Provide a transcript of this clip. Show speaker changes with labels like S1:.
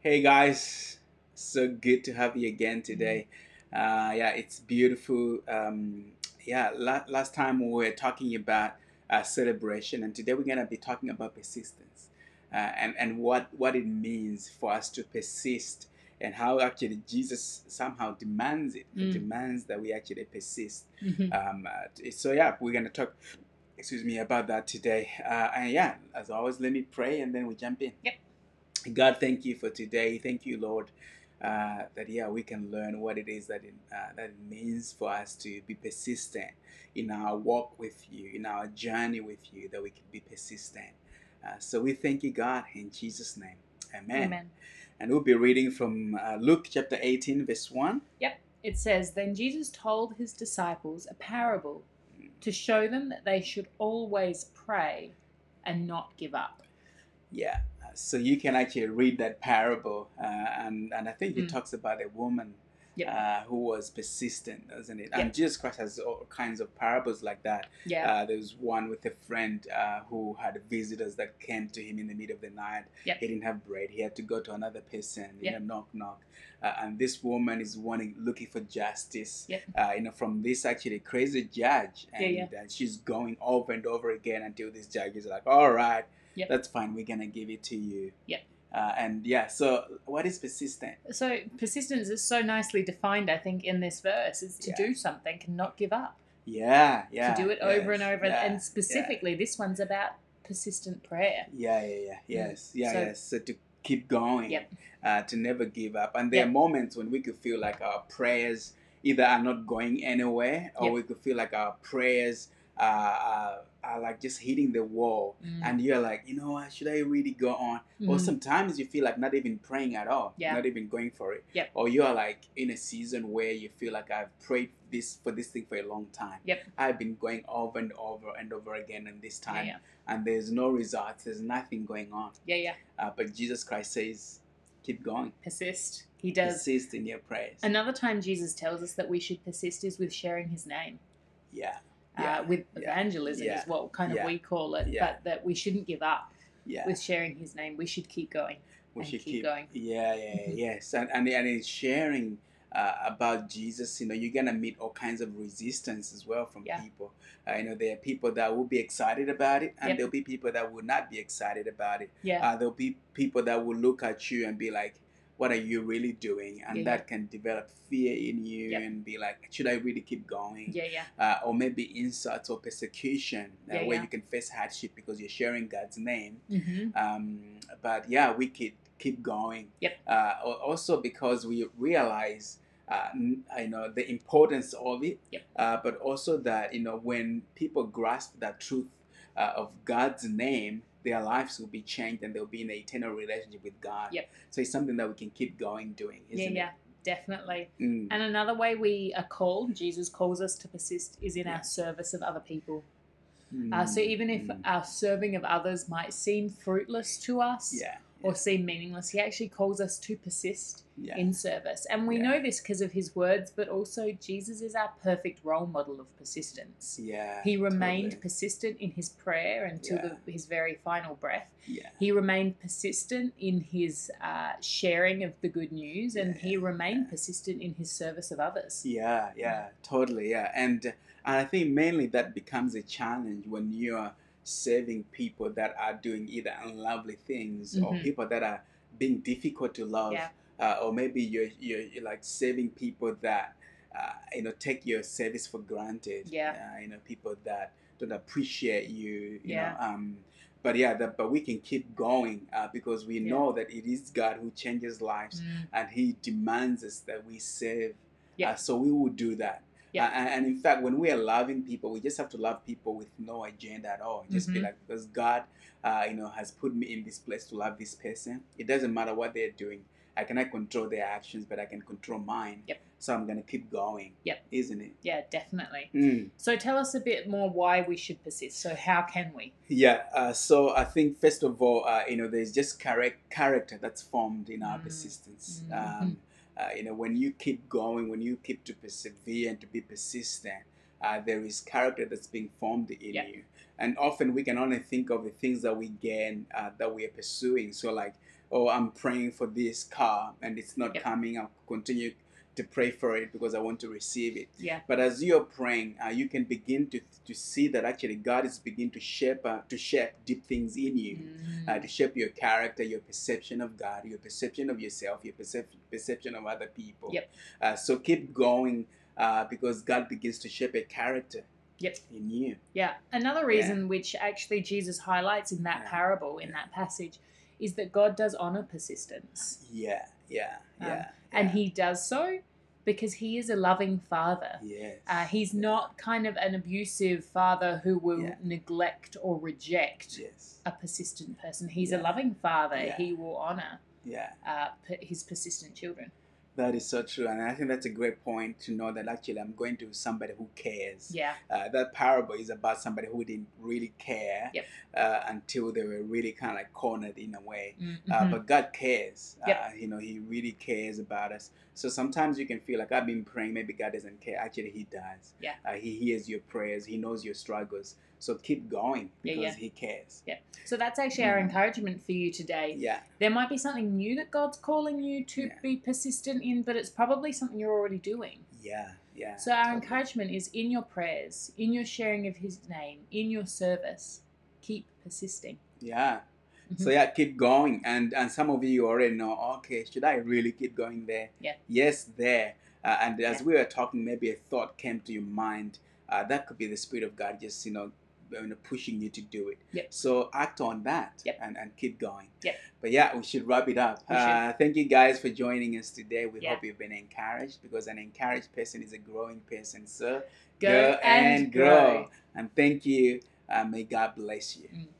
S1: Hey guys, so good to have you again today. Uh, yeah, it's beautiful. Um, yeah, la- last time we were talking about uh, celebration, and today we're going to be talking about persistence uh, and, and what, what it means for us to persist and how actually Jesus somehow demands it, He
S2: Mm.
S1: demands that we actually persist.
S2: Mhm.
S1: Um, uh, t- so, yeah, we're going to talk. Excuse me about that today. Uh, and yeah, as always, let me pray and then we jump in.
S2: Yep.
S1: God, thank you for today. Thank you, Lord, uh, that yeah, we can learn what it is that it, uh, that it means for us to be persistent in our walk with you, in our journey with you, that we can be persistent. Uh, so we thank you, God, in Jesus' name. Amen.
S2: Amen.
S1: And we'll be reading from uh, Luke chapter 18, verse 1.
S2: It says, Then Jesus told his disciples a parable to show them that they should always pray and not give up.
S1: Yeah. Uh, So you can actually read that parable, uh, and, and I think it
S2: Mm.
S1: talks about a woman
S2: Yep.
S1: uh, who was persistent, doesn't it?
S2: Yep.
S1: And Jesus Christ has all kinds of parables like that.
S2: Yeah.
S1: Uh, there was one with a friend uh, who had visitors that came to him in the middle of the night.
S2: Yep.
S1: He didn't have bread. He had to go to another person. You
S2: Yep.
S1: know, knock knock. Uh, and this woman is wanting, looking for justice.
S2: Yep.
S1: Uh, you know, from this actually crazy judge, and
S2: Yeah,
S1: Uh, she's going over and over again until this judge is like, "All right,
S2: Yep.
S1: that's fine. We're gonna give it to you."
S2: Yep.
S1: Uh, and yeah, so what is persistent?
S2: uh, So persistence is so nicely defined, I think, in this verse. It's to
S1: Yeah.
S2: do something and not give up.
S1: Yeah, yeah.
S2: to do it over and
S1: yes,
S2: over.
S1: yeah,
S2: and specifically, this onene's about persistent prayer.
S1: Yeah, yeah, yeah. Yes, yeah,
S2: Mm. So-
S1: yes. So to keep going,
S2: Yep.
S1: uh, to never give up. And there are
S2: Yep.
S1: moments when we could feel like our prayers either are not going anywhere, or
S2: Yep.
S1: we could feel like our prayers uh, are, are like just hitting the wall.
S2: Mm.
S1: And you're like, you know what? Should I really go on? Or
S2: Mm.
S1: sometimes you feel like not even praying at all,
S2: Yeah.
S1: not even going for it.
S2: Yep.
S1: Or you are like in a season where you feel like I've prayed this for this thing for a long time.
S2: Yep.
S1: I've been going over and over and over again, and this
S2: yeah,
S1: time
S2: yeah,
S1: and there's no results, there's nothing going on.
S2: yeah, yeah.
S1: Uh, but Jesus Christ says, keep going,
S2: Persist. He does.
S1: persist in your prayers.
S2: Another time Jesus tells us that we should persist is with sharing his name.
S1: yeah, Yeah,
S2: uh, with
S1: yeah,
S2: evangelism
S1: yeah,
S2: is what kind of
S1: yeah,
S2: we call it,
S1: yeah.
S2: but that we shouldn't give up
S1: yeah.
S2: with sharing his name. We should keep going.
S1: we
S2: and
S1: should
S2: keep
S1: keep
S2: going.
S1: Yeah, yeah,
S2: Mhm.
S1: yes, and and and in sharing uh, about Jesus, you know, you're gonna meet all kinds of resistance as well from
S2: Yeah.
S1: people. Uh, you know, there are people that will be excited about it, and
S2: Yep.
S1: there'll be people that will not be excited about it.
S2: Yeah.
S1: Uh, there'll be people that will look at you and be like. What are you really doing? And
S2: Yeah,
S1: that can develop fear in you
S2: Yep.
S1: and be like, should I really keep going?
S2: yeah, yeah,
S1: uh, or maybe insults or persecution uh,
S2: Yeah,
S1: where
S2: yeah.
S1: you can face hardship because you're sharing God's name.
S2: hmm
S1: Um, but yeah, we could keep going.
S2: Yep.
S1: Uh, al- also because we realize, uh, n- you know, the importance of it.
S2: Yep.
S1: Uh, but also that you know when people grasp that truth uh, of God's name, their lives will be changed and they'll be in an eternal relationship with God.
S2: Yep.
S1: So it's something that we can keep going doing,
S2: yeah,
S1: isn't
S2: yeah, definitely.
S1: it? Mm.
S2: And another way we are called, Jesus calls us to persist, is in
S1: Yeah.
S2: our service of other people. Uh, so
S1: Mm.
S2: even if
S1: Mm.
S2: our serving of others might seem fruitless to us
S1: yeah,
S2: or seem meaningless, he actually calls us to persist
S1: yeah,
S2: in service. And we
S1: Yeah.
S2: know this because of his words, but also Jesus is our perfect role model of persistence.
S1: yeah.
S2: He remained
S1: totally.
S2: persistent in his prayer until
S1: Yeah.
S2: the, his very final breath.
S1: Yeah.
S2: He remained persistent in his uh, sharing of the good news, and
S1: Yeah,
S2: he remained persistent in his service of others.
S1: Yeah, yeah, totally, yeah, and and I think mainly that becomes a challenge when you are serving people that are doing either unlovely things or
S2: Mhm.
S1: people that are being difficult to love,
S2: Yeah.
S1: uh, or maybe you're, you're you're like serving people that uh, you know take your service for granted.
S2: Yeah.
S1: uh, you know people that don't appreciate you. you
S2: Yeah.
S1: know, um, but yeah, that, but we can keep going uh, because we
S2: Yeah.
S1: know that it is God who changes lives
S2: Mm.
S1: and he demands us that we serve.
S2: Yeah.
S1: Uh, so we will do that.
S2: Yeah.
S1: Uh, and and in fact, when we are loving people, we just have to love people with no agenda at all. Just be
S2: Mhm.
S1: like, because God, uh, you know, has put me in this place to love this person. It doesn't matter what they're doing. I cannot control their actions, but I can control mine.
S2: Yep.
S1: So I'm gonna keep going.
S2: Yep.
S1: Isn't it?
S2: Yeah, definitely.
S1: Mm.
S2: So tell us a bit more why we should persist. So how can we?
S1: Yeah, uh, so I think first of all, uh, you know, there's just correct character that's formed in our
S2: Mm.
S1: persistence.
S2: Mhm.
S1: Um, uh, you know, when you keep going, when you keep to persevere and to be persistent, uh, there is character that's being formed in
S2: Yeah.
S1: you. And often we can only think of the things that we gain uh, that we are pursuing. So, like oh, I'm praying for this car and it's not
S2: Yep.
S1: coming. I'll continue to pray for it because I want to receive it.
S2: Yeah.
S1: But as you're praying, uh, you can begin to, to see that actually God is beginning to shape uh, to shape deep things in you
S2: Mm.
S1: uh, to shape your character, your perception of God, your perception of yourself, your percep- perception of other people.
S2: Yep.
S1: Uh, so keep going uh, because God begins to shape a character
S2: Yep.
S1: in you.
S2: Yeah. Another
S1: Yeah.
S2: reason which actually Jesus highlights in that
S1: Yeah.
S2: parable, in that passage, is that God does honor persistence.
S1: Yeah, yeah,
S2: Um,
S1: yeah.
S2: And
S1: yeah.
S2: he does so because he is a loving father.
S1: Yes.
S2: Uh, he's not kind of an abusive father who will
S1: Yeah.
S2: neglect or reject
S1: Yes.
S2: a persistent person. He's
S1: Yeah.
S2: a loving father.
S1: Yeah.
S2: He will honor
S1: Yeah,
S2: uh, p- his persistent children.
S1: that is so true. And I think that's a great point to know that actually I'm going to somebody who cares.
S2: Yeah.
S1: uh, that parable is about somebody who didn't really care
S2: Yep.
S1: uh, until they were really kind of like cornered in a way.
S2: Mm,
S1: Uh,
S2: mhm.
S1: but God cares.
S2: Yep.
S1: Uh, you know, He really cares about us. So sometimes you can feel like I've been praying, maybe God doesn't care. Actually, He does.
S2: Yeah.
S1: Uh, he hears your prayers. He knows your struggles. So keep going
S2: Yeah,
S1: because
S2: yeah.
S1: He cares.
S2: so that's actually our
S1: Mm.
S2: encouragement for you today.
S1: Yeah.
S2: There might be something new that God's calling you to
S1: Yeah.
S2: be persistent in, but it's probably something you're already doing.
S1: Yeah. Yeah.
S2: So our
S1: Totally.
S2: encouragement is in your prayers, in your sharing of his name, in your service, keep persisting.
S1: Yeah. So
S2: Mhm.
S1: yeah, keep going, and and some of you already know. Okay, should I really keep going there?
S2: Yeah.
S1: Yes, there. Uh, and as
S2: Yeah.
S1: we were talking, maybe a thought came to your mind. Uh, that could be the spirit of God, just you know, you know, pushing you to do it.
S2: Yep.
S1: So act on that.
S2: Yep.
S1: And and keep going.
S2: Yep.
S1: But yeah, we should wrap it up.
S2: We should.
S1: Uh, thank you guys for joining us today. We
S2: Yeah.
S1: hope you've been encouraged because an encouraged person is a growing person. So
S2: Go and grow.
S1: And thank you. Uh, may God bless you.
S2: Mm.